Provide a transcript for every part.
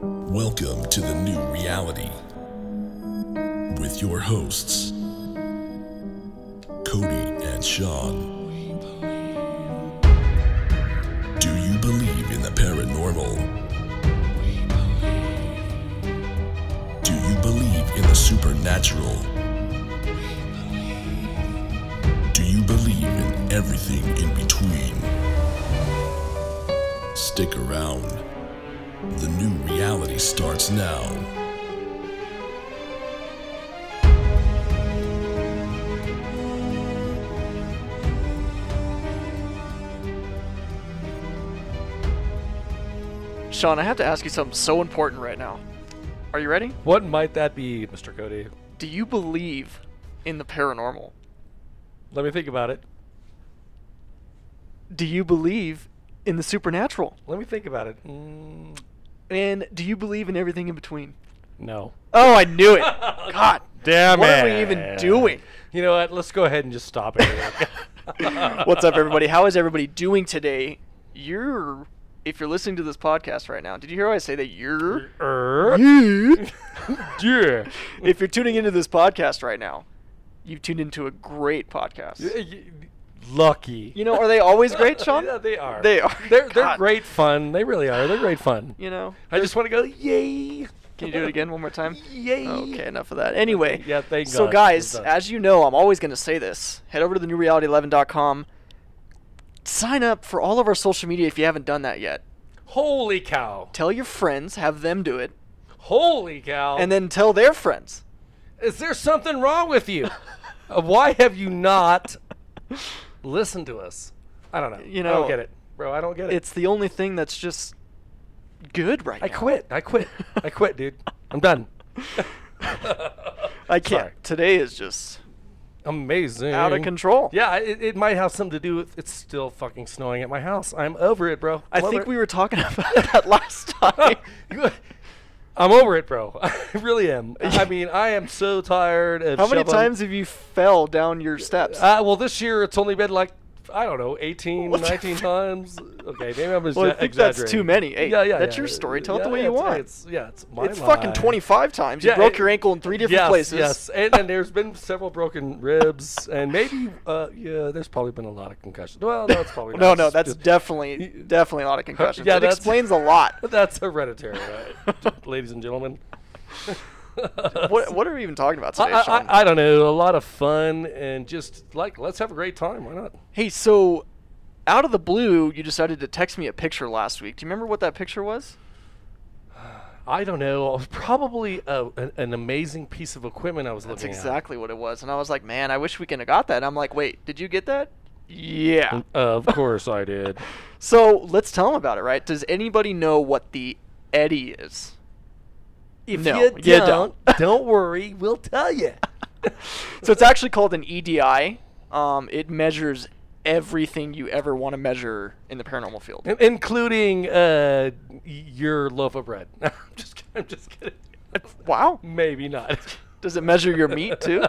Welcome to the new reality with your hosts, Cody and Sean. Do you believe in the paranormal? Do you believe in the supernatural? Do you believe in everything in between? Stick around. The new reality starts now. Sean, I have to ask you something so important right now. Are you ready? What might that be, Mr. Cody? Do you believe in the paranormal? Let me think about it. Do you believe in the supernatural? Let me think about it. Mm, And do you believe in everything in between? no. Oh, I knew it. God. Damn What are we even doing? You know what? Let's go ahead and just stop it. What's up, everybody? How is everybody doing today? You're, if you're listening to this podcast right now, did you hear what I say that you're? er, yeah. if you're tuning into this podcast right now, you've tuned into a great podcast. Lucky. You know, are they always great, Sean? Yeah, they are. They are. They're, they're God. great fun. They really are. They're great fun. You know, I just want to go, yay. Can you do it again one more time? Yay. Okay, enough of that. Anyway, Yeah, thank so God. guys, We're done. as you know, I'm always going to say this. Head over to thenewreality11.com. Sign up for all of our social media if you haven't done that yet. Holy cow. Tell your friends, have them do it, Holy cow. and then tell their friends. Is there something wrong with you? Uh, Why have you not listened to us? I don't know. You I know, don't get it, bro. I don't get it. It's the only thing that's just good right I now. quit. I quit. I quit, dude. I'm done. I can't. Sorry. Today is just Amazing. out of control. Yeah, it, it might have something to do with it's still fucking snowing at my house. I'm over it, bro. I I'm think over we it. were talking about that last time. I'm over it, bro. I really am. I mean, I am so tired of How many shoveling- times have you fell down your steps? Uh, well, this year it's only been like I don't know, 18, What the 19 f- times. Okay, maybe I'm just Well, I think that's exaggerating. too many. Hey, yeah, yeah, that's yeah. your story. Tell it yeah, the way yeah, you it's- want. It's yeah, it's my It's fucking life. 25 times. You Yeah, broke it- your ankle in three different yes, places. Yes, and, and there's been several broken ribs, and maybe uh, yeah, there's probably been a lot of concussions. Well, no, it's probably No, not. no, It's that's just- definitely definitely a lot of concussions. yeah, it that's- explains a lot. that's hereditary, right? ladies and gentlemen. What, what are we even talking about today, I, Sean? I, I don't know. A lot of fun and just like let's have a great time. Why not? hey, so out of the blue, you decided to text me a picture last week. Do you remember what that picture was? I don't know. Probably a, an, an amazing piece of equipment I was That's looking at. exactly what it was. And I was like, man, I wish we could have got that. And I'm like, wait, did you get that? Yeah. Of course I did. So let's tell them about it, right? Does anybody know what the Eddie is? If No, you don't, you don't, don't. worry, we'll tell you. So it's actually called an EDI. Um, it measures everything you ever want to measure in the paranormal field. including uh, y- your loaf of bread. I'm just kidding. I'm just kidding. Wow. Maybe not. Does it measure your meat too?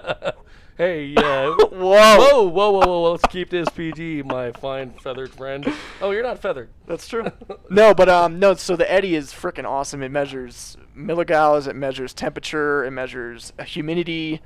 hey, uh, whoa, whoa, whoa, whoa, whoa, let's keep this PG, my fine feathered friend. Oh, you're not feathered. That's true. No, but um, no. So the Eddy is freaking awesome. It measures milligauss. It measures temperature. It measures humidity,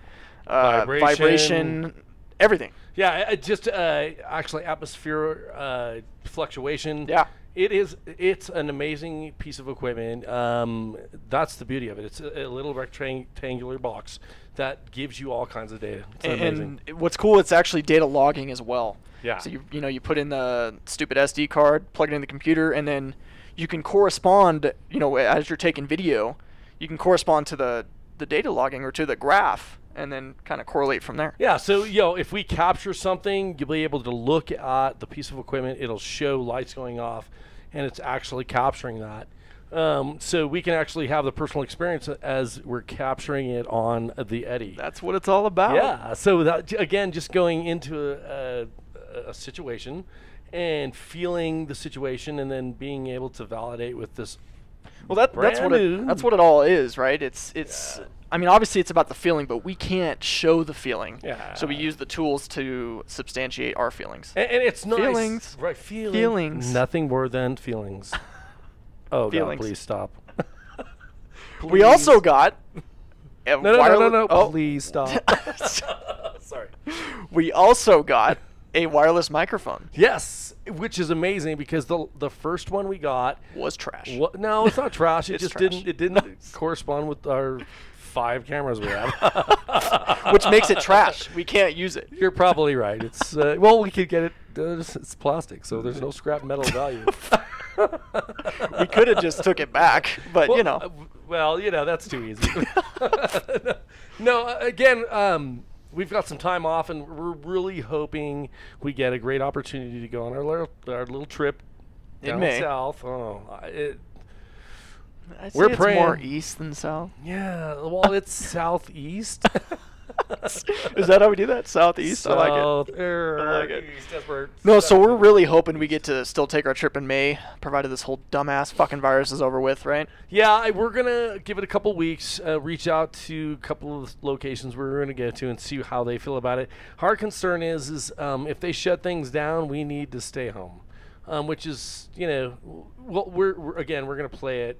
uh, Vibration. vibration, everything. Yeah, I- I just uh, actually atmosphere uh, fluctuation. Yeah. it is. It's an amazing piece of equipment. Um, that's the beauty of it. It's a, a little rectangular box that gives you all kinds of data. It's amazing. and what's cool it's actually data logging as well Yeah. so you, you know you put in the stupid sd card plug it in the computer and then you can correspond you know as you're taking video you can correspond to the the data logging or to the graph and then kind of correlate from there Yeah, so you know, if we capture something, you'll be able to look at the piece of equipment. It'll show lights going off, and it's actually capturing that. Um, so we can actually have the personal experience as we're capturing it on the Eddy. that's what it's all about Yeah. So that, j- again, just going into a, a, a situation and feeling the situation, and then being able to validate with this. well that, that's Brand what it, new. that's what it all is right it's it's i mean obviously it's about the feeling but we can't show the feeling Yeah. Eh, so we use the tools to substantiate our feelings a- And, it's nice. Feelings. Right. Feeling, Feelings. Nothing more than feelings. oh Feelings. God! Please stop. We also got a No, no, no, no, wireless- no. oh. Please stop. Sorry. we also got a wireless microphone. Yes, which is amazing because the the first one we got Was trash. What? No, it's not trash. It It's just trash. didn't. It didn't correspond with our five cameras we have. Which makes it trash. We can't use it. You're probably right. It's uh, well, we could get it. Uh, it's, it's plastic, so there's no scrap metal value. We could have just took it back, but you uh, know, w- well, you know that's too easy. no, uh, again, um, we've got some time off, and we're really hoping we get a great opportunity to go on our little our little trip In down May. south. Oh, I- it, I'd say we're it's more praying. east than south. yeah. Well, it's southeast. Is that how we do that? Southeast. I like it. I like it. no, No, so we're really hoping we get to still take our trip in May, provided this whole dumbass fucking virus is over with, right? yeah, I, we're gonna give it a couple weeks. Uh, reach out to a couple of locations we're gonna go to and see how they feel about it. Our concern is, is um, if they shut things down, we need to stay home, um, which is, you know, w- well, we're, we're again, we're gonna play it.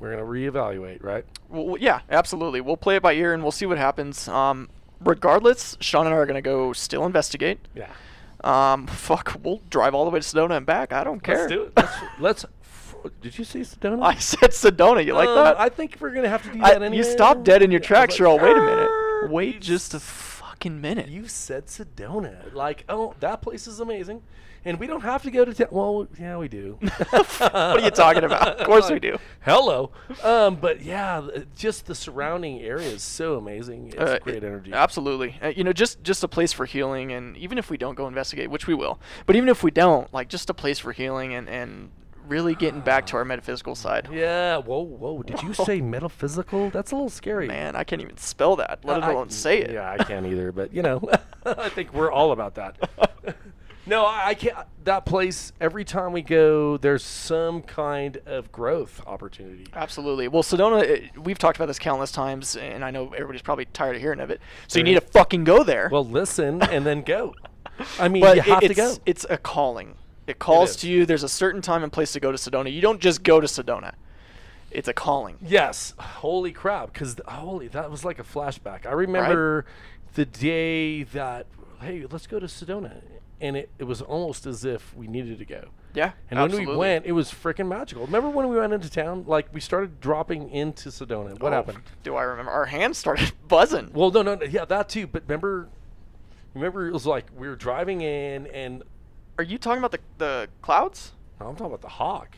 We're gonna reevaluate, right? Well, well, yeah, absolutely. We'll play it by ear and we'll see what happens. Um, regardless, Sean and I are gonna go still investigate. Yeah. Um, fuck, we'll drive all the way to Sedona and back. I don't care. Let's do it. Let's. let's f- did you see Sedona? I said Sedona. You like Um, that? I think we're gonna have to do I- that anyway. you stopped dead in your I was tracks, like, Cheryl. Wait a "Arr, minute. Wait you just a fucking minute. You said Sedona. Like, oh, that place is amazing. And we don't have to go to town. Well, yeah, we do. what are you talking about? Of course we do. Hello. Um, but yeah, th- just the surrounding area is so amazing. It's Uh, great it- energy. Absolutely. Uh, you know, just just a place for healing, and even if we don't go investigate, which we will, but even if we don't, like just a place for healing and and really getting back to our metaphysical side. yeah. Whoa, whoa. Did you say metaphysical? That's a little scary. Man, I can't even spell that, let I- alone say it. Yeah, I can't either. But you know, I think we're all about that. no, I, I can't. That place. Every time we go, there's some kind of growth opportunity. Absolutely. Well, Sedona, uh, we've talked about this countless times, and I know everybody's probably tired of hearing of it. So you need to fucking go there. Well, listen and then go. I mean, but you it- have to it's, go. it's a calling. It calls is. to you. There's a certain time and place to go to Sedona. You don't just go to Sedona. It's a calling. Yes. Holy crap. Because, holy, that was like a flashback. I remember the day that, hey, let's go to Sedona. And it, it was almost as if we needed to go. Yeah, And when absolutely. we went, it was freaking magical. Remember when we went into town? Like, we started dropping into Sedona. What Oh, happened? Do I remember? Our hands started buzzing. Well, no, no, no. Yeah, that too. But remember, remember, it was like we were driving in, and Are you talking about the, the clouds? I'm talking about the hawk.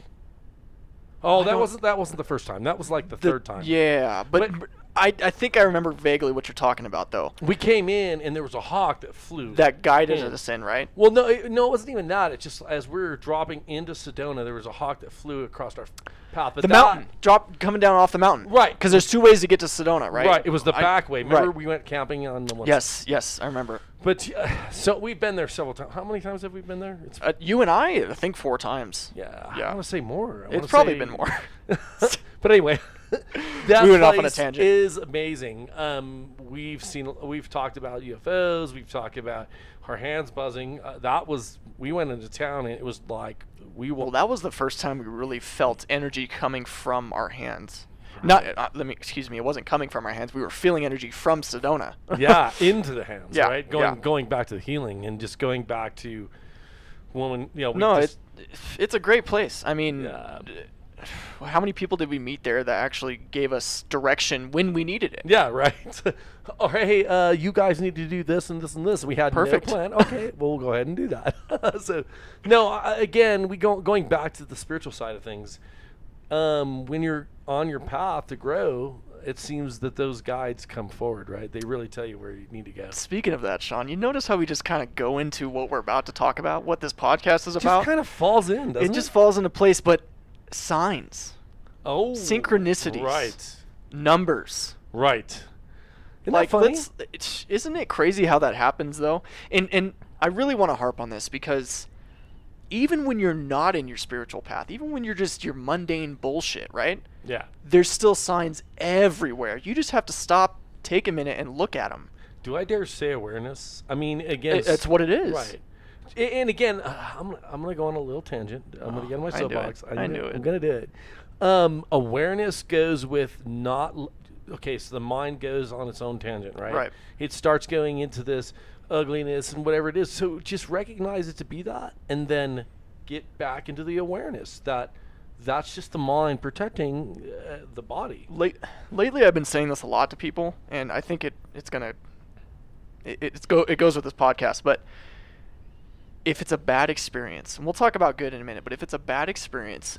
Oh, that don't- wasn't that wasn't the first time. That was like the, The- third time. Yeah, but, But- but I, I think I remember vaguely what you're talking about, though. We came in and there was a hawk that flew. That guided Yeah. us in, right? Well, no, it, no, it wasn't even that. It's just as we were dropping into Sedona, there was a hawk that flew across our path. But The that- mountain. Drop coming down off the mountain. Right. Because there's two ways to get to Sedona, right? Right. It was the I- back way. Remember, right. we went camping on the one. Yes, yes, I remember. But uh, so we've been there several times. How many times have we been there? It's Uh, you and I, I think four times. yeah. I yeah. want to say more. I wanna It's probably say- been more. but anyway, that We went off on a place tangent. is amazing. Um, we've seen, we've talked about UFOs, we've talked about our hands buzzing. Uh, that was we went into town and it was like we will. Well, that was the first time we really felt energy coming from our hands. Not uh, let me excuse me. It wasn't coming from our hands. We were feeling energy from Sedona. yeah, into the hands, Yeah, right? Going yeah. going back to the healing and just going back to woman. You know, we no, just, it's it's a great place. I mean, Yeah. how many people did we meet there that actually gave us direction when we needed it? yeah, right. or hey, uh, you guys need to do this and this and this. We had Perfect. no plan. Okay, well, we'll go ahead and do that. so, no, I, again, we go going back to the spiritual side of things. Um, when you're on your path to grow, it seems that those guides come forward, right? They really tell you where you need to go. Speaking of that, Sean, you notice how we just kind of go into what we're about to talk about, what this podcast is It just about. kind of falls in, doesn't it it? just falls into place. But signs, oh, synchronicities. Right, numbers, right. Isn't like that funny? let's- it's- isn't it crazy how that happens though and and i really want to harp on this because even when you're not in your spiritual path even when you're just your mundane bullshit right Yeah. there's still signs everywhere you just have to stop take a minute and look at them Do I dare say awareness? I mean, again, that's what it is. right? A- And again, uh, I'm I'm gonna go on a little tangent. I'm gonna get on Oh, my I knew it. soapbox. I knew I'm it. gonna do it. Um, awareness goes with not. l- Okay, so the mind goes on its own tangent, right? Right. It starts going into this ugliness and whatever it is. So just recognize it to be that, and then get back into the awareness that that's just the mind protecting uh, the body. late lately I've been saying this a lot to people, and I think it it's gonna it, it's go it goes with this podcast. But if it's a bad experience, and we'll talk about good in a minute, but if it's a bad experience,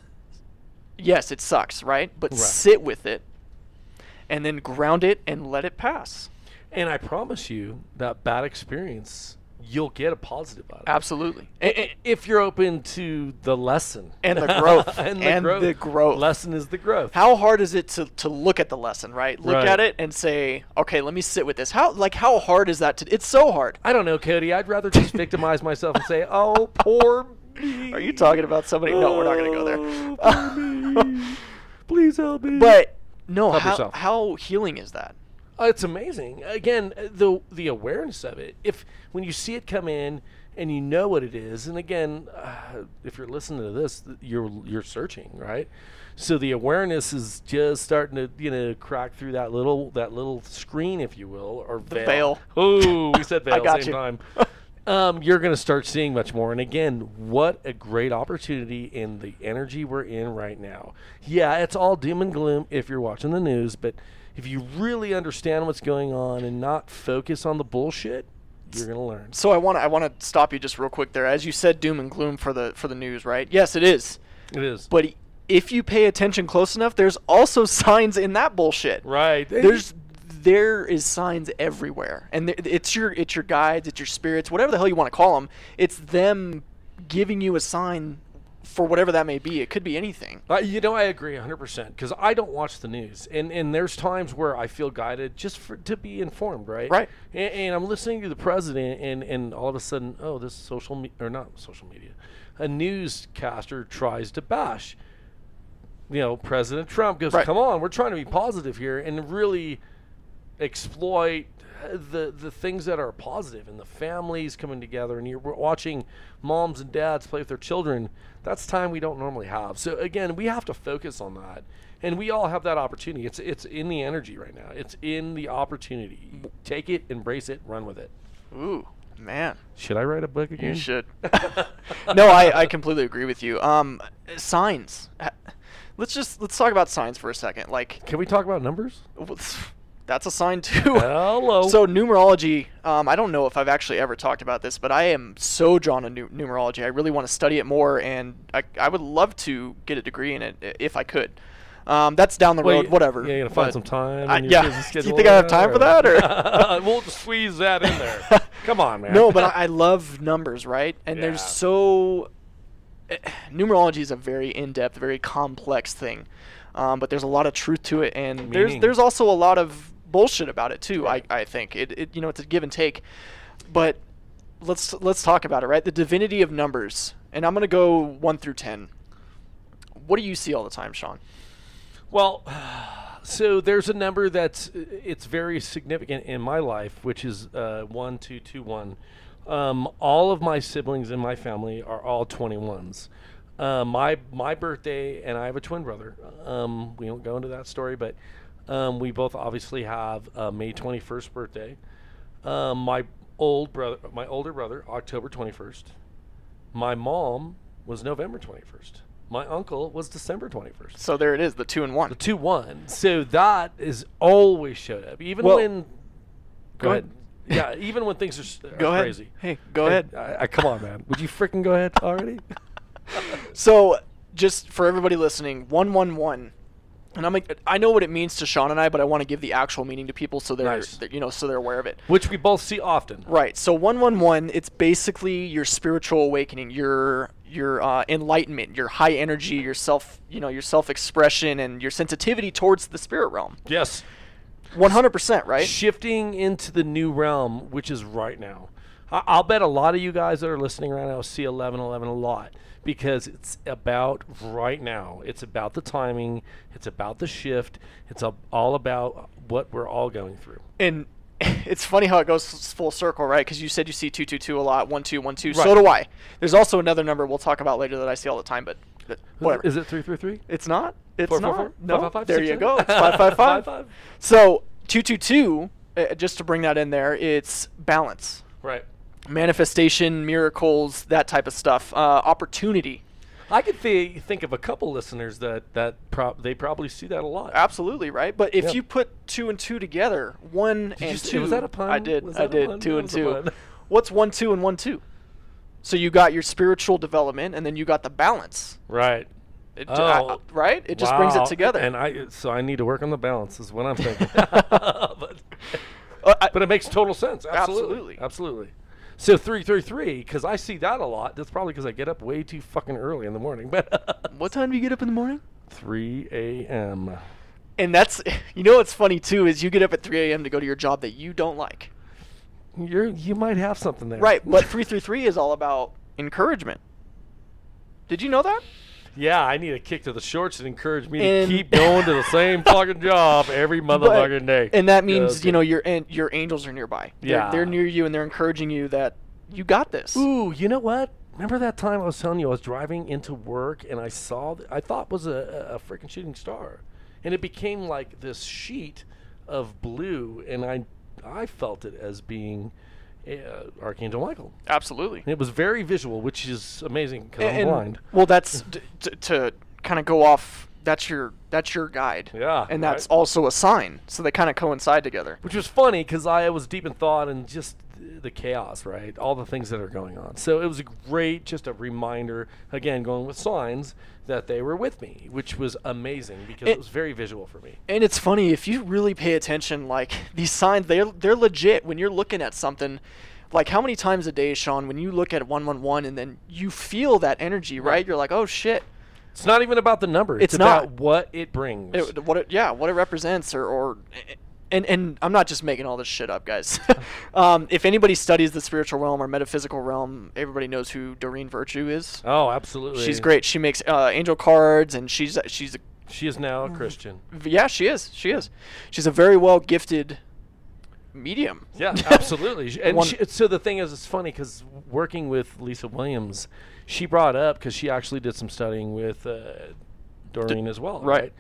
yes, it sucks, right? But Right. sit with it, and then ground it and let it pass. And I promise you that bad experience, you'll get a positive out of it. Absolutely. I- i- If you're open to the lesson And the growth. and, the, And growth. the growth. lesson is the growth. how hard is it to, to look at the lesson right look Right. at it and say okay let me sit with this how like how hard is that to it's so hard I don't know, Cody. I'd rather just victimize myself and say, "Oh, poor me." are you talking about somebody no we're not going to go there Oh, poor me. Please help me. But no, Help how, yourself. how healing is that? Uh, it's amazing. Again, uh, the the awareness of it. If when you see it come in and you know what it is, and again, uh, if you're listening to this, th- you're you're searching, right? So the awareness is just starting to you know crack through that little that little screen, if you will, or veil. veil. Oh, we said veil at got the same you. time. Um, you're going to start seeing much more. And again, what a great opportunity in the energy we're in right now. Yeah, it's all doom and gloom if you're watching the news, but if you really understand what's going on and not focus on the bullshit, you're going to learn. So I want to I want to stop you just real quick there. As you said, doom and gloom for the for the news, right? Yes, it is. It is. But if you pay attention close enough, there's also signs in that bullshit. right. There's there is signs everywhere, and th- it's your it's your guides, it's your spirits, whatever the hell you want to call them. It's them giving you a sign for whatever that may be. It could be anything. Uh, you know, I agree 100% because I don't watch the news. And, and there's times where I feel guided just for, to be informed, right? Right. And, and I'm listening to the president, and, and all of a sudden, oh, this social media, or not social media, a newscaster tries to bash. You know, President Trump goes, Right. come on, we're trying to be positive here and really exploit the the things that are positive and the families coming together and you're we're watching moms and dads play with their children that's time we don't normally have so again we have to focus on that and we all have that opportunity it's it's in the energy right now it's in the opportunity take it embrace it run with it Ooh, man. should i write a book again You should. no, I, I completely agree with you. Um, signs. Ha- Let's just let's talk about signs for a second. Like, can we talk about numbers that's a sign too. Hello. So numerology. Um, I don't know if I've actually ever talked about this, but I am so drawn to nu- numerology. I really want to study it more, and I, I would love to get a degree in it i- if I could. Um, that's down the Well, road. you- Whatever. Yeah, you gotta find but some time. I- in your yeah. busy Do you schedule. think I have time for that, or? we'll just squeeze that in there? Come on, man. no, but I, I love numbers, right? And Yeah. there's so eh, numerology is a very in-depth, very complex thing, um, but there's a lot of truth to it, and Meaning. there's there's also a lot of bullshit about it too. I, I think it, it you know it's a give and take, but let's let's talk about it, right? The divinity of numbers, and I'm gonna go one through ten. What do you see all the time, Sean? Well, so there's a number that's uh, it's very significant in my life, which is uh, one two two one. Um, all of my siblings in my family are all 21s. Uh, my my birthday, and I have a twin brother. Um, we don't go into that story, but um, we both obviously have a May 21st birthday. Um, my old brother, my older brother, October 21st. My mom was November 21st. My uncle was December 21st So there it is, the two and one. two one. So that is always showed up, even Well- when. Go ahead. Yeah, even when things are, s- are Go ahead. crazy. Hey, go Hey, ahead. I, I, come on, man. Would you freaking go ahead already? So, just for everybody listening, one one one, and I'm like, I know what it means to Sean and I, but I want to give the actual meaning to people so they're, Nice. that- you know, so they're aware of it. Which we both see often. Right. So one one one, it's basically your spiritual awakening, your your uh, enlightenment, your high energy, your self, you know, your self expression, and your sensitivity towards the spirit realm. Yes. One hundred percent. Right. Shifting into the new realm, which is right now. I, I'll bet a lot of you guys that are listening right now see eleven eleven a lot because it's about right now. It's about the timing. It's about the shift. It's a, all about what we're all going through. And it's funny how it goes s- full circle, right? Because you said you see two two two a lot, one two one two. Right. So do I. There's also another number we'll talk about later that I see all the time, but But whatever. Is it three three three? It's not. It's Four, not. four, four? No. Five, five, five, there six, you seven? go. It's five five five. Five, five. So two two two. Uh, just to bring that in there, it's balance, Right. manifestation, miracles, that type of stuff. Uh, opportunity. I could thi- think of a couple listeners that that prob- they probably see that a lot. Absolutely right. But if Yeah. you put two and two together, one you and s- two. was that a pun? I did. Was I that a did. pun? Two That and was a two. pun. What's one two and one two? So you got your spiritual development, and then you got the balance. Right. It, I- Oh. right. It just brings Wow. it together. And I so I need to work on the balance is what I'm thinking. but, Uh, I- but it makes total sense. Absolutely. Absolutely. Absolutely. So three three three because I see that a lot. That's probably because I get up way too fucking early in the morning. But what time do you get up in the morning? three a.m. And that's you know what's funny too is you get up at 3 a.m. to go to your job that you don't like. You're you might have something there. Right, but 333 is all about encouragement. Did you know that? Yeah, I need a kick to the shorts and encourage me And- to keep going to the same fucking job every But- motherfucking day. And that Yeah, means that's you good. know your and your angels are nearby. They're- Yeah. they're, near you and they're encouraging you that you got this. Ooh, you know what? Remember that time I was telling you I was driving into work and I saw th- I thought was a, a, a freaking shooting star, and it became like this sheet of blue, and I I felt it as being uh, Archangel Michael. Absolutely. And it was very visual, which is amazing because I'm And- blind. Well, that's d- t- to kind of go off. That's your that's your guide. Yeah, And that's right. also a sign. So they kind of coincide together. which was funny because I was deep in thought and just the chaos, right? All the things that are going on. So it was a great, just a reminder. Again, going with signs that they were with me, which was amazing because it, It- was very visual for me. And it's funny if you really pay attention. Like these signs, they're they're legit. When you're looking at something, like how many times a day, Sean, when you look at one one one and then you feel that energy, right? You're like, oh shit. It's not even about the number. It's, It's about not. what it brings. It, what it, yeah, what it represents, or, or and and I'm not just making all this shit up, guys. um, if anybody studies the spiritual realm or metaphysical realm, everybody knows who Doreen Virtue is. oh, absolutely. She's great. She makes uh, angel cards, and she's she's a, She is now a Christian. yeah, she is, she is. She's a very well gifted medium. Yeah, absolutely. Sh- And One- she, so the thing is, it's funny because working with Lisa Williams, she brought up because she actually did some studying with uh, Doreen as well, right.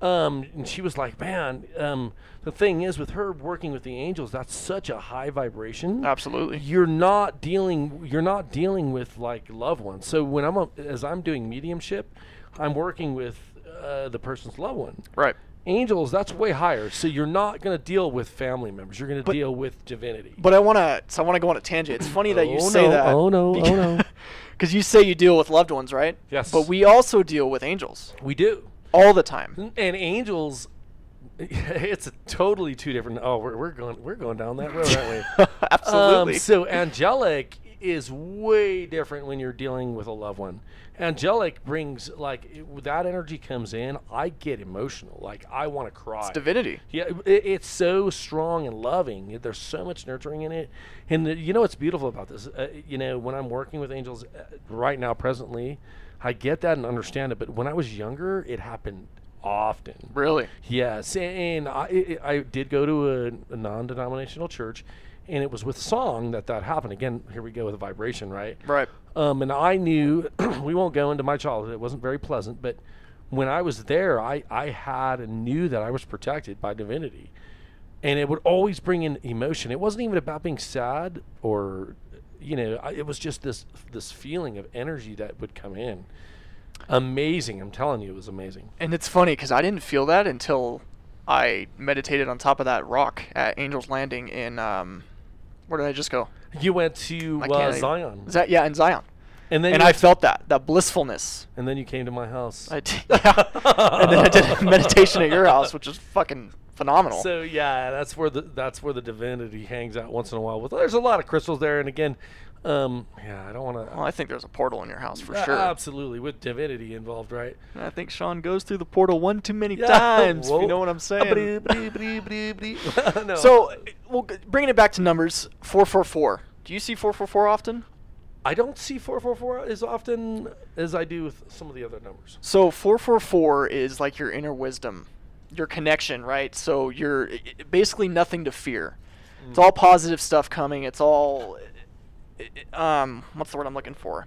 Um, and she was like, "Man, um, the thing is with her working with the angels, that's such a high vibration. Absolutely. You're not dealing. You're not dealing with like loved ones. So when I'm a, as I'm doing mediumship, I'm working with uh, the person's loved one, Right. Angels, that's way higher. So you're not going to deal with family members. You're going to deal with divinity. But I want to. So I want to go on a tangent. It's funny that you Oh, say no, that. oh, no, oh, no. Because you say you deal with loved ones, right? Yes. But we also deal with angels We do. all the time. And angels, it's a totally two different. Oh, we're, we're going we're going down that road, aren't we? Absolutely. Um, so angelic is way different when you're dealing with a loved one. Angelic brings like it, that energy comes in. I get emotional. Like I want to cry. divinity. Yeah, it, it's so strong and loving. There's so much nurturing in it, and the, you know what's beautiful about this? Uh, you know, when I'm working with angels uh, right now, presently, I get that and understand it. But when I was younger, it happened often. Really. Yes, and I, I I did go to a, a non-denominational church, and it was with song that that happened. Again, here we go with vibration, right? Right. Um, and I knew we won't go into my childhood. It wasn't very pleasant, but when I was there, I I had and knew that I was protected by divinity, and it would always bring in emotion. It wasn't even about being sad or, you know, I, it was just this this feeling of energy that would come in. Amazing, I'm telling you, it was amazing. And it's funny because I didn't feel that until I meditated on top of that rock at Angel's Landing in um, where did I just go? You went to I uh, can't- Zion, Is that yeah, in Zion. and then And you, I felt that that blissfulness. and then you came to my house. I did, yeah. and then I did a meditation at your house, which was fucking phenomenal. So yeah, that's where the that's where the divinity hangs out once in a while. With there's a lot of crystals there, and again, um, yeah, I don't want to. well, Oh, I think there's a portal in your house for sure. Uh, Absolutely, with divinity involved, right? And I think Sean goes through the portal one too many Yeah. uh, times. if Whoa. you know what I'm saying. No. so, uh, well, g- bringing it back to numbers, four four four. Do you see four four four often? I don't see four four four as often as I do with some of the other numbers. So 444 is like your inner wisdom, your connection, right? So you're i- i- basically nothing to fear. It's Mm. all positive stuff coming. It's all i- i- um what's the word I'm looking for?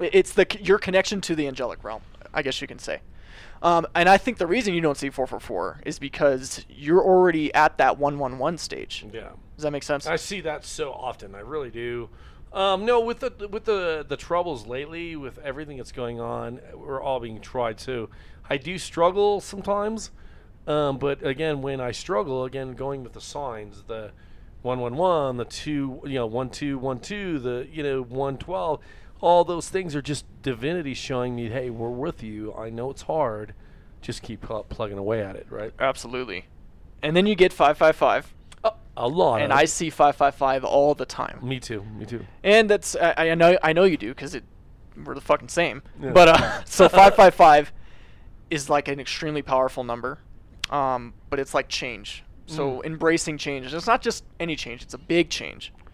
I- It's the c- your connection to the angelic realm, I guess you can say. Um, and I think the reason you don't see 444 is because you're already at that 111 stage. Yeah. Does that make sense? I see that so often. I really do. Um, no, with the with the the troubles lately, with everything that's going on, we're all being tried. So I do struggle sometimes. Um, but again, when I struggle, again going with the signs, the one one one, the two, you know, one two one two, the you know one twelve, all those things are just divinity showing me, hey, we're with you. I know it's hard. Just keep pl- plugging away at it, right? Absolutely. And then you get 555, A lot. Oh, and of I it. see 555 all the time. Me too. Me too. And that's I, I know I know you do because it we're the fucking same. Yeah. But uh, so five five five is like an extremely powerful number, um, but it's like change. Mm. So embracing change. It's not just any change; it's a big change. Mm-hmm.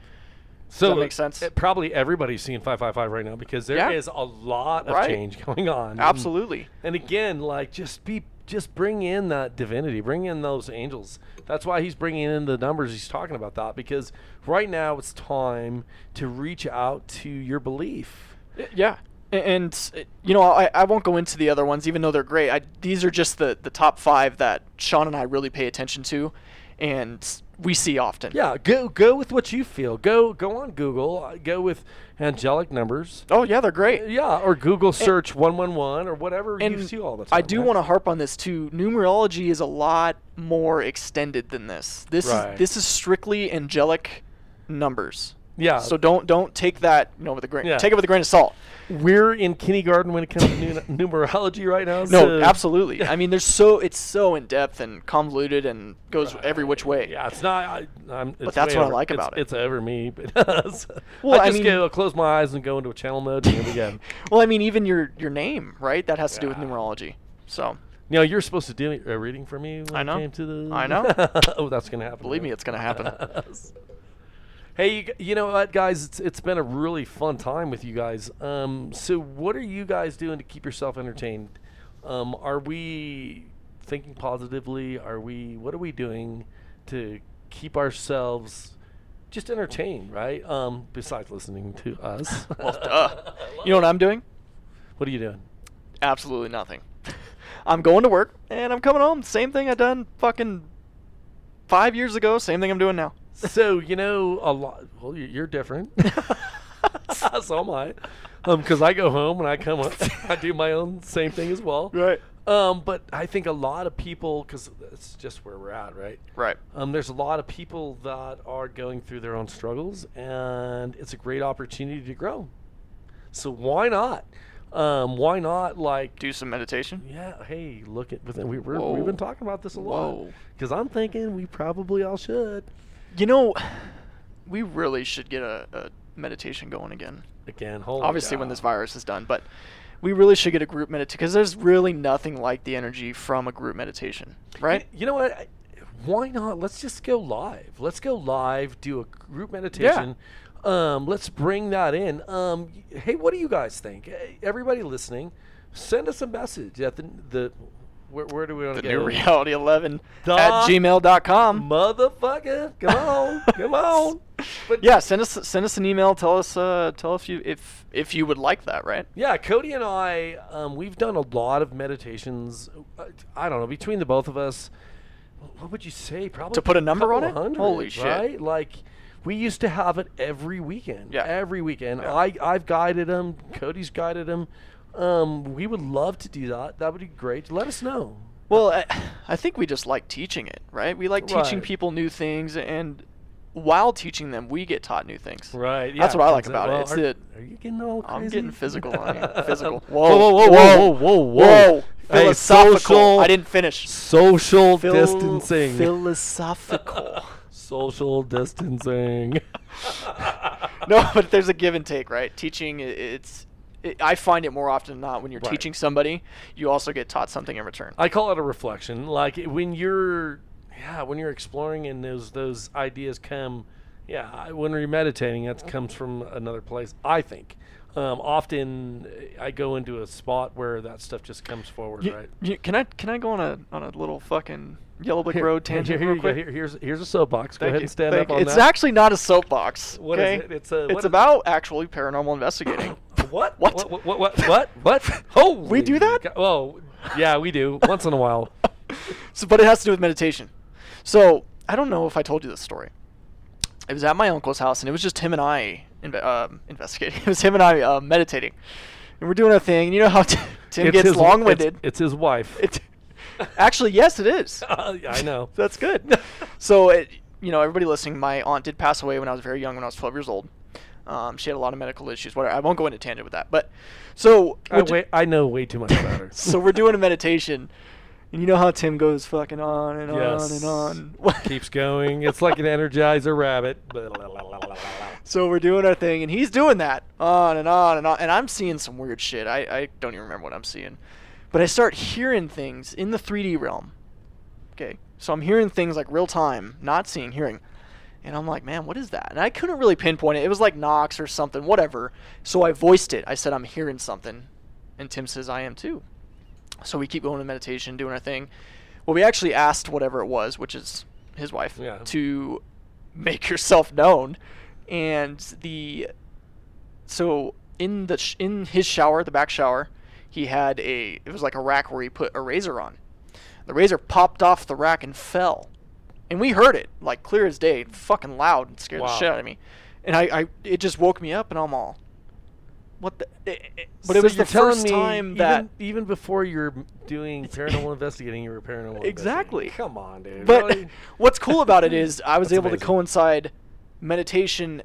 So that make sense? uh, probably everybody's seeing 555 right now because there is Yeah. a lot of Right. change going on. And- Absolutely. And, again, like just be just bring in that divinity, bring in those angels. That's why he's bringing in the numbers he's talking about that because right now it's time to reach out to your belief. Y- Yeah. A- And uh, you know I, I won't go into the other ones even though they're great. I, these are just the the top five that Sean and I really pay attention to, and we see often. Yeah, go go with what you feel. Go go on Google, uh, go with angelic numbers. Oh yeah, they're great. Yeah, or Google search 111 or whatever and you see all the time. I do right? want to harp on this too. Numerology is a lot more extended than this. This Right. is this is strictly angelic numbers. Yeah. So don't don't take that you know with a grain. Yeah. Take it with a grain of salt. we're in kindergarten when it comes to nu- numerology right now. No, so- absolutely. I mean, there's so it's so in depth and convoluted and goes every which way. Yeah, it's not. I, I'm, it's that's way what I over- like it's- about it. It's over me, but so Well, I I just mean- go close my eyes and go into a channel mode. And here we go. you Well, I mean, even your your name, right? That has to do with Yeah. numerology. So know, you're supposed to do a reading for me. When I know. It came to the. I know. oh, that's gonna happen. believe me, right? it's gonna happen. Hey, you, g- you know what, guys? It's it's been a really fun time with you guys. Um, so what are you guys doing to keep yourself entertained? Um, are we thinking positively? Are we what are we doing to keep ourselves just entertained? Right? Um, besides listening to us, well, duh. You know what I'm doing? what are you doing? Absolutely nothing. I'm going to work and I'm coming home. Same thing I done fucking five years ago. Same thing I'm doing now. so you know a lot. Well, y- you're different. so am I, because I go home and I come up, I do my own same thing as well. Right. Um, but I think a lot of people, because that's just where we're at, right? Right. Um, there's a lot of people that are going through their own struggles, and it's a great opportunity to grow. So why not? Um, why not like Do some meditation. yeah, hey, look at within, we, we're, we've Whoa. been talking about this a lot Whoa. because I'm thinking we probably all should. You know, we really should get a, a meditation going again. Again, holy Obviously, when cow. this virus is done, but we really should get a group meditation because there's really nothing like the energy from a group meditation, right? You know what? I- Why not? Let's just go live. Let's go live. Do a group meditation. Um, let's bring that in. Um, y- hey, what do you guys think? Eh, Everybody listening, send us a message at the the. Where, where do we want The to new go? reality 11 Duh. at gmail.com. Motherfucker, come on, come on. But Yeah, send us send us an email. Tell us uh, tell if you if if you would like that, right? Yeah, Cody and I, um, we've done a lot of meditations. uh, I don't know between the both of us. What would you say? Probably put a number on couple it? hundred, Holy shit. Right? Like we used to have it every weekend. Yeah. every weekend. Yeah. I I've guided him. Cody's guided him. Um, we would love to do that. That would be great. Let us know. Well, I, I think we just like teaching it, right? We like teaching Right. people new things, and while teaching them, we get taught new things. Right. That's what I like about it. It's are, the- Are you getting all crazy? I'm getting physical on you. Physical. Whoa, whoa, whoa, whoa, whoa, whoa. Hey, Philosophical. social- I didn't finish. Social Phil- distancing. Philosophical. Social distancing. no, but there's a give and take, right? Teaching, i- it's. It, I find it more often than not when you're Right. teaching somebody, you also get taught something in return. I call it a reflection. Like it- when you're, yeah, when you're exploring and those those ideas come, yeah, I- when you're meditating, that comes from another place. I think. Um, often eh, I go into a spot where that stuff just comes forward, You- right? you- can I can I go on a on a little fucking yellow brick road Here- tangent here, here real you go. quick? Here- here's here's a soapbox. Go Thank ahead you. and stand Thank up you. on it's that. actually not a soapbox. What is okay? it? It's a- what it's is- about actual paranormal investigating. What? What? What? What? What? What? what? what? Oh, We do that? Well, yeah, we do once in a while. So, but it has to do with meditation. So I don't know if I told you this story. It was at my uncle's house, and it was just him and I inve- um investigating. It was him and I uh, meditating, and we're doing our thing. And you know how t- Tim It's gets his- long-winded. It's, it's his wife. It, actually, yes, it is. I know. That's good. so, it, you know, everybody listening, my aunt did pass away when I was very young, when I was 12 years old. Um, she had a lot of medical issues. Whatever. I won't go into tangent with that. But so I, we're do- wait, I know way too much about her. so we're doing a meditation, and you know how Tim goes fucking on and on Yes. and on. Keeps going. It's like an Energizer rabbit. Blah, blah, blah, blah, blah, blah. so we're doing our thing, and he's doing that on and on and on, and I'm seeing some weird shit. I, I don't even remember what I'm seeing, but I start hearing things in the 3D realm. Okay, so I'm hearing things like real time, not seeing, hearing, and I'm like, man, what is that? And I couldn't really pinpoint it. It was like Knox or something, whatever. So I voiced it. I said, I'm hearing something, and Tim says, I am too. So we keep going to meditation, doing our thing. Well, we actually asked whatever it was, which is his wife, Yeah. to make yourself known. And the so in the sh- in his shower, the back shower, he had a it was like a rack where he put a razor on. The razor popped off the rack and fell, and we heard it like clear as day, fucking loud, and scared Wow. the shit out of me. And I, I it just woke me up, and I'm all, what the? eh, eh, eh." But it was the you're telling first me time even- that even, before you're m- doing paranormal investigating, you were paranormal. investigating. Exactly. Come on, dude. But Really? what's cool about it is I was That's able to amazing. coincide meditation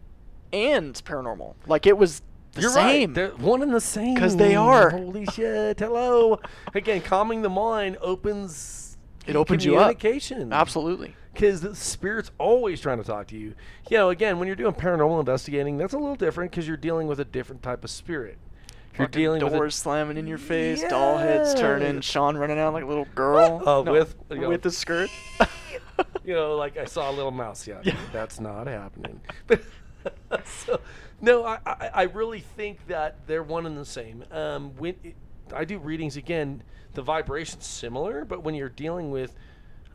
and paranormal. Like it was the You're same. right. They're one and the same. 'Cause they are. Holy shit. Hello. Again, calming the mind opens. It opens you up. Communication. Absolutely. because the spirit's always trying to talk to you. You know, again, when you're doing paranormal investigating, that's a little different because you're dealing with a different type of spirit. If You're Fucking dealing doors with slamming in your face, doll heads Yeah. turning, Sean running out like a little girl Uh, with- with the skirt. a, you know, like I saw a little mouse. Yeah, that's not happening. so, no, I, I, I really think that they're one and the same. Um, when it, I do readings again, the vibration's similar, but when you're dealing with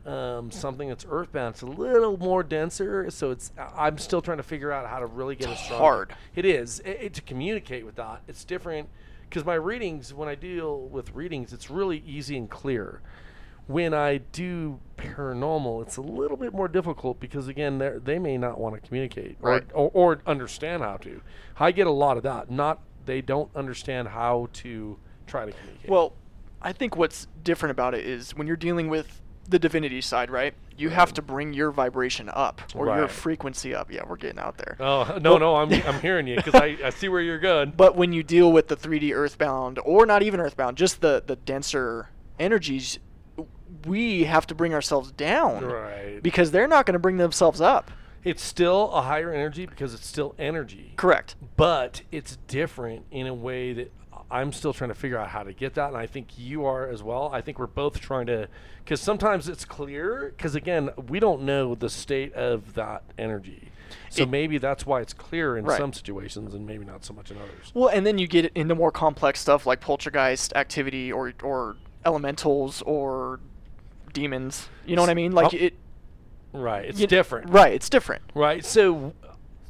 um, something that's earthbound, it's a little more denser. So it's I- I'm still trying to figure out how to really get a strong hard. It is it, it- to communicate with that. It's different because my readings, when I deal with readings, it's really easy and clear. When I do paranormal, it's a little bit more difficult because again, they they may not want to communicate or, Right. or or understand how to. I get a lot of that. Not they don't understand how to try to communicate. Well, I think what's different about it is when you're dealing with the divinity side, right? You have to bring your vibration up or your Right. frequency up. Yeah, we're getting out there. oh no, no, I'm I'm hearing you because I, I see where you're going. But when you deal with the 3D Earthbound, or not even Earthbound, just the the denser energies, we have to bring ourselves down Right. because they're not going to bring themselves up. It's still a higher energy because it's still energy. Correct. But it's different in a way that I'm still trying to figure out how to get that, and I think you are as well. I think we're both trying to, because sometimes it's clear, because again, we don't know the state of that energy, so maybe that's why it's clear in Right. some situations and maybe not so much in others. Well, and then you get into more complex stuff like poltergeist activity or or elementals or demons. You know what I mean? Like Oh, it. Right, it's you- different. Right. It's different. Right. So,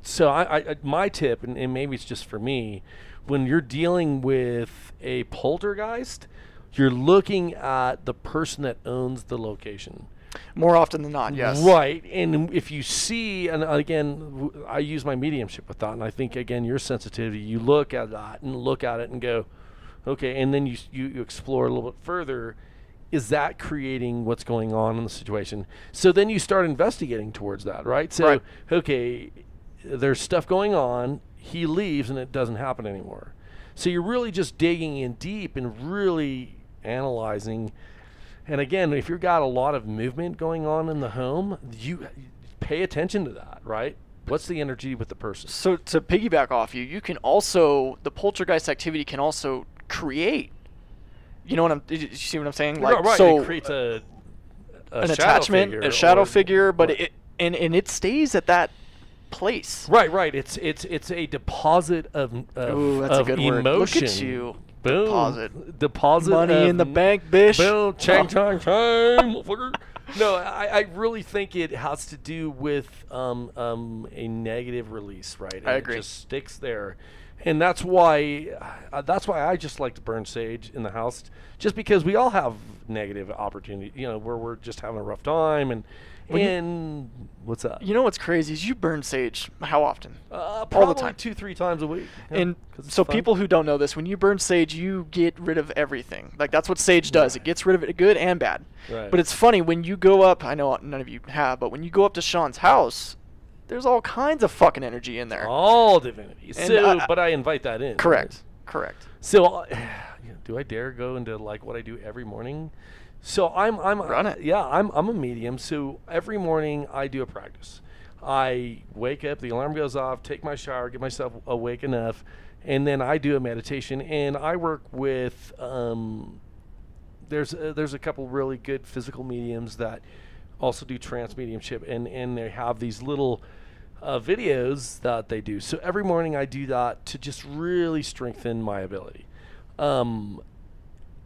so I, I I- my tip, and, and maybe it's just for me, when you're dealing with a poltergeist, you're looking at the person that owns the location. More often than not, yes. Right. And if you see, and again, w- I use my mediumship with that, and I think again, your sensitivity, you look at that and look at it and go, okay, and then you s- you, you explore a little bit further. Is that creating what's going on in the situation? So then you start investigating towards that, right? So Right. okay, there's stuff going on. He leaves and it doesn't happen anymore. So you're really just digging in deep and really analyzing. And again, if you've got a lot of movement going on in the home, you pay attention to that, right? What's the energy with the person? So to piggyback off you, you can also the poltergeist activity can also create. You know what I'm? did You you see what I'm saying? Like right, so, it creates a, a an shadow attachment, figure a shadow or- figure, but right. it and and it stays at that place. Right, right. It's it's it's a deposit of, of Ooh, that's a of good word. emotion. Look at you. Boom. Deposit. Deposit. Money of in the n- bank, Oh. bish. Boom. Chang, chang, chang, motherfucker. No, I, I really think it has to do with um, um, a negative release, right? And I agree. It just sticks there, and that's why uh, that's why I just like to burn sage in the house, just because we all have negative opportunity, you know, where we're just having a rough time and Well, you- and what's up? You know what's crazy is you burn sage how often? uh, all probably the time. two three times a week. Yeah, and 'cause it's so fun. people who don't know this, when you burn sage, you get rid of everything. Like that's what sage does. It gets rid of it good and bad. Right. But it's funny when you go up. I know none of you have, but when you go up to Sean's house, there's all kinds of fucking energy in there. all divinity. And So, I- but I invite that in. right? Correct. Correct. So, uh, yeah, do I dare go into like what I do every morning? So I'm I'm Run it. yeah I'm I'm a medium. So every morning I do a practice. I wake up, the alarm goes off, take my shower, get myself awake enough, and then I do a meditation. And I work with um, there's uh, there's a couple really good physical mediums that also do trance mediumship and and they have these little uh, videos that they do so every morning i do that to just really strengthen my ability um,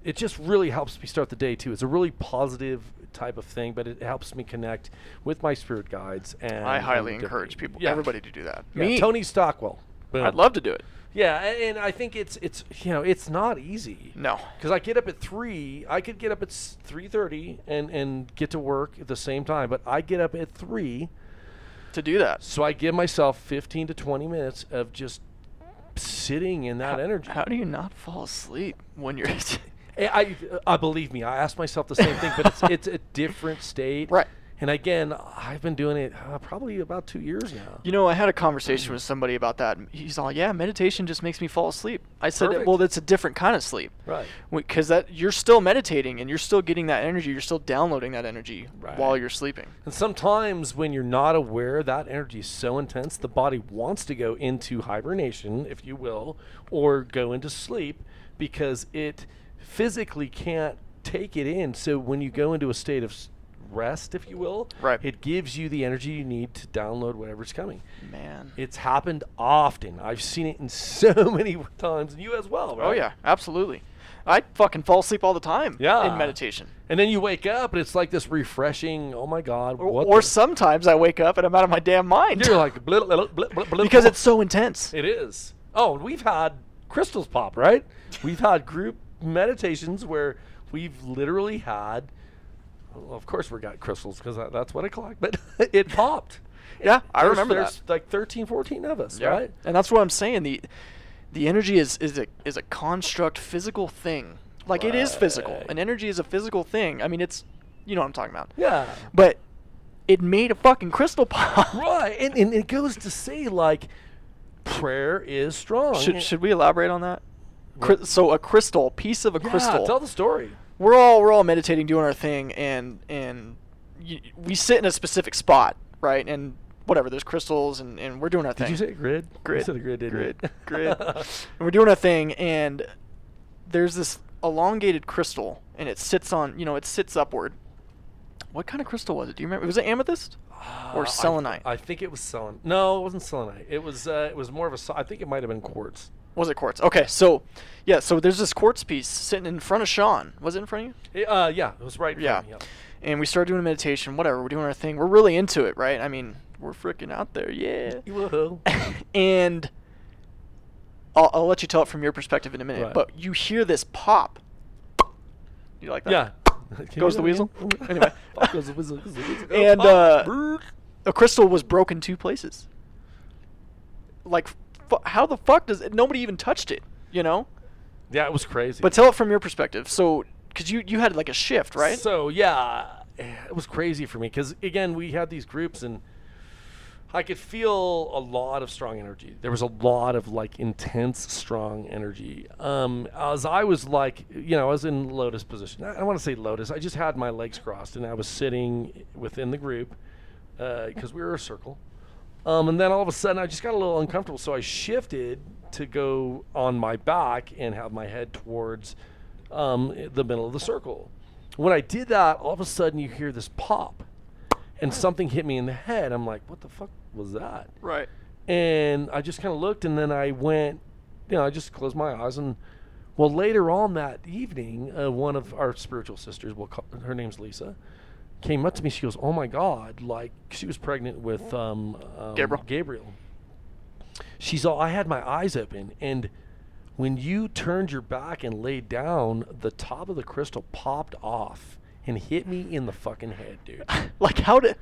it just really helps me start the day too it's a really positive type of thing but it helps me connect with my spirit guides and I and highly divinity. encourage people, Yeah. everybody, to do that. Yeah, Me, tony stockwell I'd Boom. love to do it. yeah a- and i think it's it's you know it's not easy No. because I get up at three. I could get up at three thirty and and get to work at the same time, but I get up at three, To do that. so I give myself fifteen to twenty minutes of just sitting in that energy. Eh, How do you not fall asleep when you're I, I I believe me. I ask myself the same thing, but it's it's a different state, Right. And again, I've been doing it uh, probably about two years now. You know, I had a conversation with somebody about that. and He's all, "Yeah, meditation just makes me fall asleep." I said, Perfect. "Well, that's a different kind of sleep, Right. Because that you're still meditating and you're still getting that energy. You're still downloading that energy Right. while you're sleeping." And sometimes when you're not aware, that energy is so intense, the body wants to go into hibernation, if you will, or go into sleep because it physically can't take it in. So when you go into a state of s- rest, if you will, Right. it gives you the energy you need to download whatever's coming. Man. It's happened often. I've seen it in so many times, and you as well, right? Oh yeah, absolutely. I fucking fall asleep all the time Yeah. in meditation. And then you wake up, and it's like this refreshing. Oh my God! Or, what or the-" sometimes I wake up and I'm out of my damn mind you're like "Blah, blah, blah, blah, blah, because blah." it's so intense. It is. Oh, and we've had crystals pop, right? We've had group meditations where we've literally had. Well, of course, we got crystals because that, that's what I collect, but it popped. yeah, I There's- remember there's that. like 13, 14 of us, right? And that's what I'm saying. The the energy is, is a is a construct physical thing. Like it is physical. Right. And energy is a physical thing. I mean it's you know what I'm talking about. Yeah. But it made a fucking crystal pop. Right. And, and it goes to say, like, prayer is strong. Should And- should we elaborate on that? Cry- so a crystal, piece of a Yeah, crystal. Tell the story. we're all we're all meditating, doing our thing, and and y we sit in a specific spot, right? And whatever, there's crystals, and, and we're doing our thing. Did you say grid? You grid, said a grid, didn't grid, you? grid. and we're doing our thing, and there's this elongated crystal, and it sits on, you know, it sits upward. What kind of crystal was it? Do you remember? Was it amethyst Uh, or I- selenite? I, think it was selenite. No, it wasn't selenite. It was. Uh, it was more of a. se- I think it might have been quartz. was it quartz? Okay, so yeah, so there's this quartz piece sitting in front of Sean. Was it in front of you? It, uh, yeah, it was right. in Yeah. front of me, And we started doing meditation, whatever, we're doing our thing. We're really into it, right? I mean, we're freaking out there, yeah. yeah. Woohoo. and I'll, I'll let you tell it from your perspective in a minute, Right. but you hear this pop. You like that? yeah. Goes the weasel? Anyway. Pop goes the weasel. goes the weasel, go And, pop, uh, brrr. A crystal was broken two places. Like, fu- how the fuck does it? Nobody even touched it, you know? yeah, it was crazy. But tell it from your perspective. So, because you, you had like a shift, right? So yeah, it was crazy for me because again, we had these groups and I could feel a lot of strong energy. There was a lot of like intense, strong energy. Um, as I was like, you know, I was in lotus position. I don't want to say lotus. I just had my legs crossed and I was sitting within the group because we were a circle. Um, and then all of a sudden, I just got a little uncomfortable, so I shifted to go on my back and have my head towards um, i- the middle of the circle. When I did that, all of a sudden you hear this pop, and something hit me in the head. I'm like, "What the fuck was that?" right. and I just kind of looked, and then I went, you know, I just closed my eyes, and well, later on that evening, uh, one of our spiritual sisters, we'll call, her name's Lisa, came up to me. She goes, "Oh my God!" Like she was pregnant with um, um, Gabriel. Gabriel. she's all, I had my eyes open. And when you turned your back and laid down, the top of the crystal popped off and hit me in the fucking head, dude. Like how did,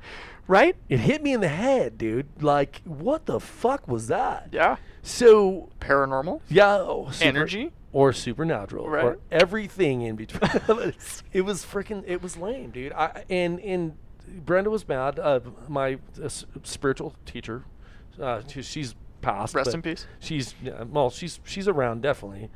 right? It hit me in the head, dude. Like, what the fuck was that? Yeah. So, Paranormal. yeah. oh, super- Energy? Or supernatural. Right. Or everything in between. it was freaking, it was lame, dude. I, and, and Brenda was mad. Uh, my uh, s- spiritual teacher, uh, she- she's passed. Rest but in peace. She's, yeah, well, she's, she's around definitely.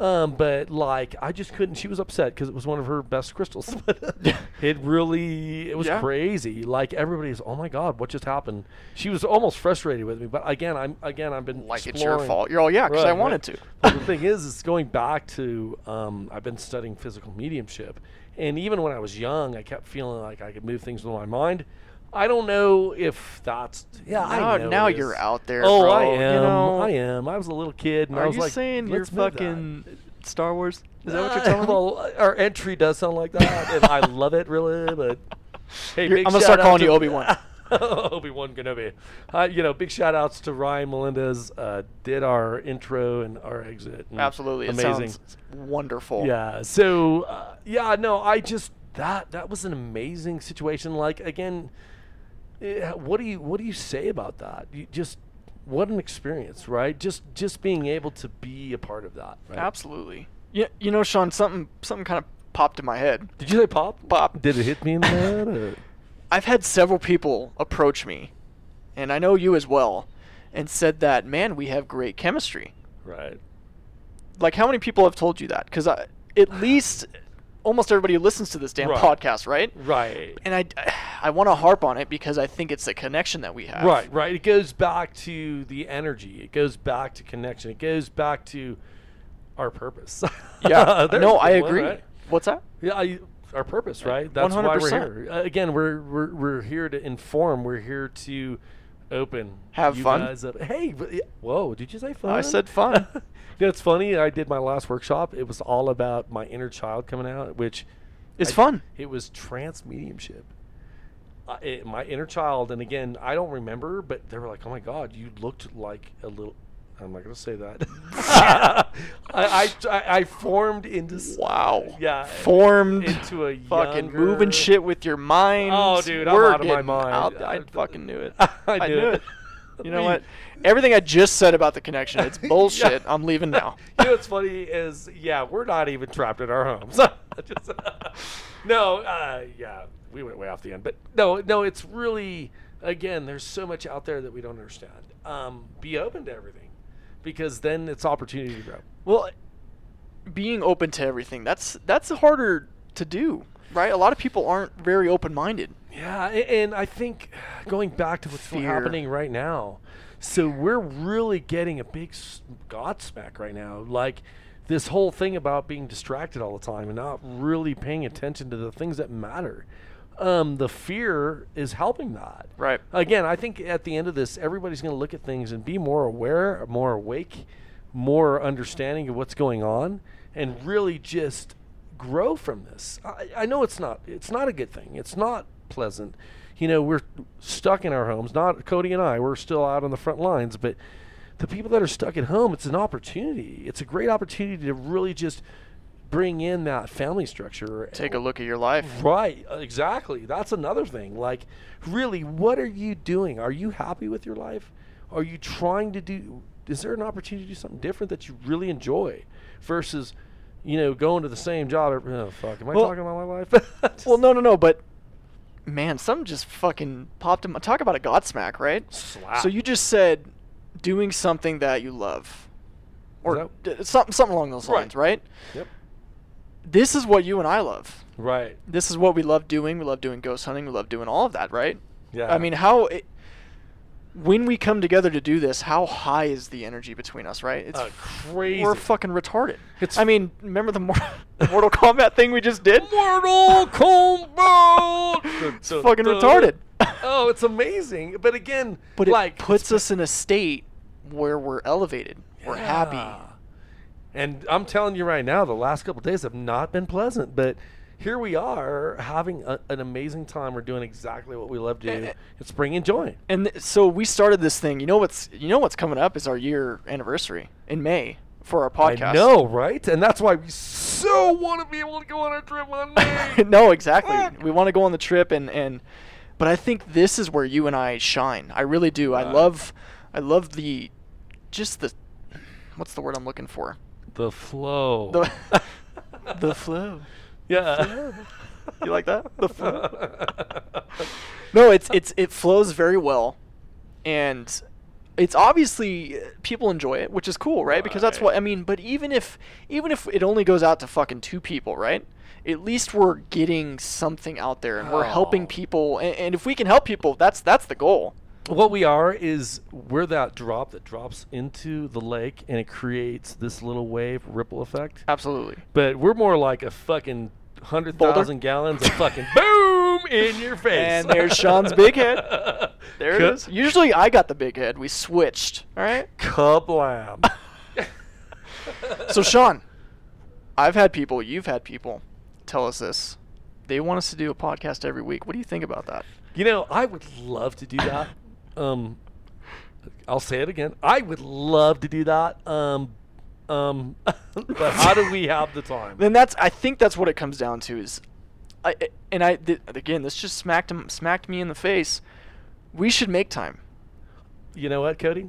Um, but like, I just couldn't, she was upset because it was one of her best crystals. But it really, it was Yeah. crazy crazy. Like everybody's, oh my god, what just happened? She was almost frustrated with me, but again, I'm again, I've been Like it's your exploring- fault. You're all, "Yeah, 'cause I wanted to." But the thing is, it's going back to um, I've been studying physical mediumship, and even when I was young, I kept feeling like I could move things with my mind. I don't know if that's yeah. I Now- know now it you're is. out there, Oh, I bro, am. you know? I am. I was a little kid, and I Are was you like, saying you're "Let's move that." fucking Star Wars? Is that what you're Uh, telling me? well, our entry does sound like that, and I love it really. But hey, You're- big I'm gonna start shout out calling to- you Obi-Wan. Obi-Wan Kenobi. Uh, you know, big shout outs to Ryan Melendez. Uh, did our intro and our exit. and Absolutely, it amazing. sounds wonderful. Yeah. So uh, yeah, no, I just that that was an amazing situation. Like again, eh, what do you what do you say about that? You just what an experience, right? Just just being able to be a part of that. Right? absolutely. Yeah, you know, Sean, something something kind of popped in my head. Did you say pop? Pop. Did it hit me in the head? Or? I've had several people approach me, and I know you as well, and said that, man, we have great chemistry. Right. Like, how many people have told you that? Because at least almost everybody who listens to this damn Right. podcast, right? Right. And I, I want to harp on it because I think it's the connection that we have. Right, right. It goes back to the energy. It goes back to connection. It goes back to our purpose. Yeah. There's no, a I good one, agree. right? What's that? Yeah, I, our purpose, right? That's why we're 100%. here. Uh, again, we're, we're we're here to inform. We're here to open. Have you fun. guys up. Hey, w- whoa! Did you say fun? I said fun. you know, it's funny. I did my last workshop. It was all about my inner child coming out, which It's I- fun. It was trans mediumship. I, it, my inner child, and again, I don't remember, but they were like, "Oh my god, you looked like a little." I'm not gonna say that. I, I, I I formed into s- Wow. Yeah, Formed into a fucking younger- moving shit with your mind. Oh, dude, I'm We're out of my getting mind. out- I I- fucking knew it. I knew knew it. You know We- what? Everything I just said about the connection, it's bullshit. I'm leaving now. you know what's funny is, yeah, we're not even trapped in our homes. Just- no, uh, yeah, we went way off the end, but no, no, it's really again, there's so much out there that we don't understand. Um, be open to everything, because then it's opportunity to grow. Well, being open to everything, that's that's harder to do, right? A lot of people aren't very open-minded. Yeah, a- and I think going back to what's Fear. happening right now, so we're really getting a big s- godsmack right now. Like this whole thing about being distracted all the time and not really paying attention to the things that matter. Um, the fear is helping that. Right. Again, I think at the end of this, everybody's going to look at things and be more aware, more awake, more understanding of what's going on, and really just grow from this. I, I know it's not it's not a good thing. It's not pleasant. You know, we're stuck in our homes. Not Cody and I. We're still out on the front lines, but the people that are stuck at home, it's an opportunity. It's a great opportunity to really just bring in that family structure. Take a look at your life. Right, uh, exactly. That's another thing. Like, really, what are you doing? Are you happy with your life? Are you trying to do? Is there an opportunity to do something different that you really enjoy, versus, you know, going to the same job? every- Oh fuck, am I Well- talking about my life? Well, no, no, no, but man, something just fucking popped in my talk about a godsmack, right? Slap. So you just said doing something that you love, or that- d- something, something along those Right. lines, right? Yep. This is what you and I love. Right. This is what we love doing. We love doing ghost hunting. We love doing all of that, right? Yeah. I mean, how it, when we come together to do this, how high is the energy between us, right? It's Uh, crazy. we're fucking retarded. It's- I mean, remember the Mor- Mortal Kombat thing we just did? Mortal Kombat. It's fucking retarded. oh, it's amazing. But again, But it like puts us in a state where we're elevated. We're Yeah. happy. And I'm telling you right now, the last couple days have not been pleasant, but here we are having a, an amazing time. We're doing exactly what we love to do. Eh. It's bringing joy. And th- so we started this thing. You know what's you know what's coming up is our year anniversary in May for our podcast. I know, right? And that's why we so want to be able to go on our trip one day. no, exactly. We want to go on the trip and and but I think this is where you and I shine. I really do. I Right. love I love the just the what's the word I'm looking for? the flow. The the flow. yeah. You like that? The flow. No, it's it's it flows very well, and it's obviously uh, people enjoy it, which is cool, right? Because that's what I mean. But even if even if it only goes out to fucking two people, right? At least we're getting something out there, and we're helping Oh. people. And, and if we can help people, that's that's the goal. what we are is we're that drop that drops into the lake and it creates this little wave ripple effect. Absolutely. But we're more like a fucking hundred Boulder? thousand gallons of fucking boom in your face. And there's Sean's big head. There it Cut. is. Usually I got the big head. We switched. All right. Kablam. So Sean, I've had people, you've had people, tell us this. They want us to do a podcast every week. What do you think about that? You know, I would love to do that. Um, I'll say it again. I would love to do that. Um, um, but how do we have the time? Then that's I think that's what it comes down to is, I I- and I th- again this just smacked him smacked me in the face. We should make time, You know what, Cody?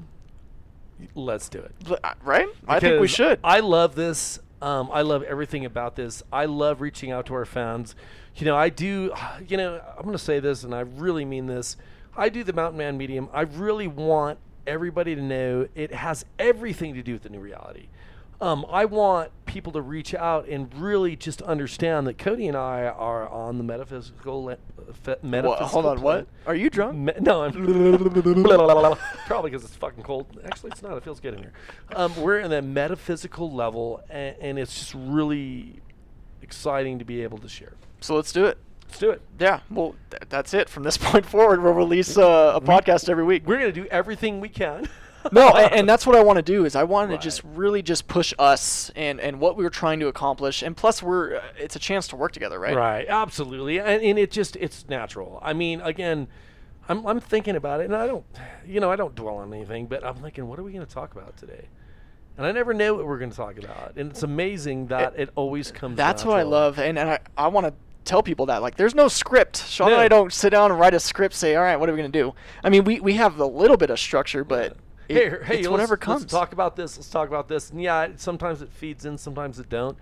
Let's do it. L- uh, right? I think we Because should. I love this. Um, I love everything about this. I love reaching out to our fans. You know, I do. You know, I'm going to say this, and I really mean this. I do the Mountain Man medium. I really want everybody to know it has everything to do with the new reality. Um, I want people to reach out and really just understand that Cody and I are on the metaphysical. le- fe- Wha- metaphysical hold on, plane. what? Are you drunk? Me- no, I'm probably because it's fucking cold. Actually, it's not. It feels good in here. Um, we're in a metaphysical level, and, and it's just really exciting to be able to share. So let's do it. Let's do it. Yeah. Well, th- that's it. From this point forward, we'll release uh, a podcast every week. We're gonna do everything we can. Uh, no, and, and that's what I want to do is I want to just Right. really just push us and and what we were trying to accomplish, and plus we're uh, it's a chance to work together, right? Right, absolutely, and, and it just it's natural. I mean, again, I'm I'm thinking about it, and I don't, you know, I don't dwell on anything, but I'm thinking, what are we going to talk about today? And I never know what we're going to talk about, and it's amazing that it, always comes. That's what I natural. love, and and I, I want to tell people that like there's no script. Sean and No. I don't sit down and write a script. Say, all right, what are we gonna do? I mean, we we have a little bit of structure, but it- Hey, hey, it's let's- whatever let's comes. talk about this. Let's talk about this. And yeah, it- sometimes it feeds in, sometimes it don't.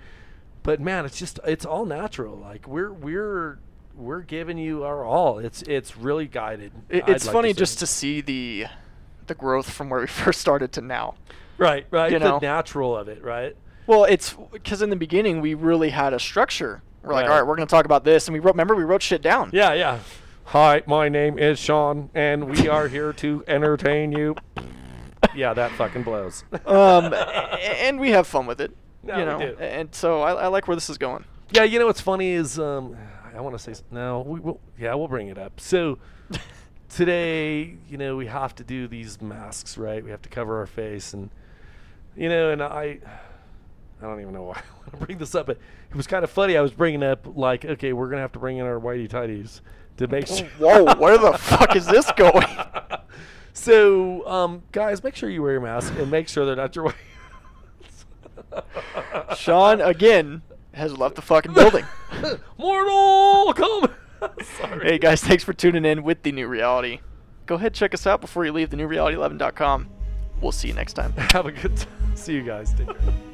But man, it's just it's all natural. Like we're we're we're giving you our all. It's it's really guided. It- I'd it's like funny say. just to see the the growth from where we first started to now. right, right. you the know. natural of it, right? Well, it's because in the beginning we really had a structure. We're like, Right. all right, we're gonna talk about this, and we wrote. Remember, we wrote shit down. Yeah, yeah. Hi, my name is Sean, and we are here to entertain you. yeah, that fucking blows. Um, a- a- and we have fun with it. No, you we know, do. a- and so I, I like where this is going. Yeah, you know what's funny is um, I want to say s- no. We will. Yeah, we'll bring it up. So today, you know, we have to do these masks, right? We have to cover our face, and you know, and I, I don't even know why I want to bring this up, but it was kind of funny. I was bringing up like, okay, we're gonna have to bring in our whitey tighties to make sure. Whoa, where the fuck is this going? So, um, guys, make sure you wear your mask and make sure they're not your whitey. Sean again has left the fucking building. Mortal come. Sorry. hey guys, thanks for tuning in with the new reality. Go ahead check us out before you leave thenewreality11.com. We'll see you next time. Have a good time. See you guys. Take care.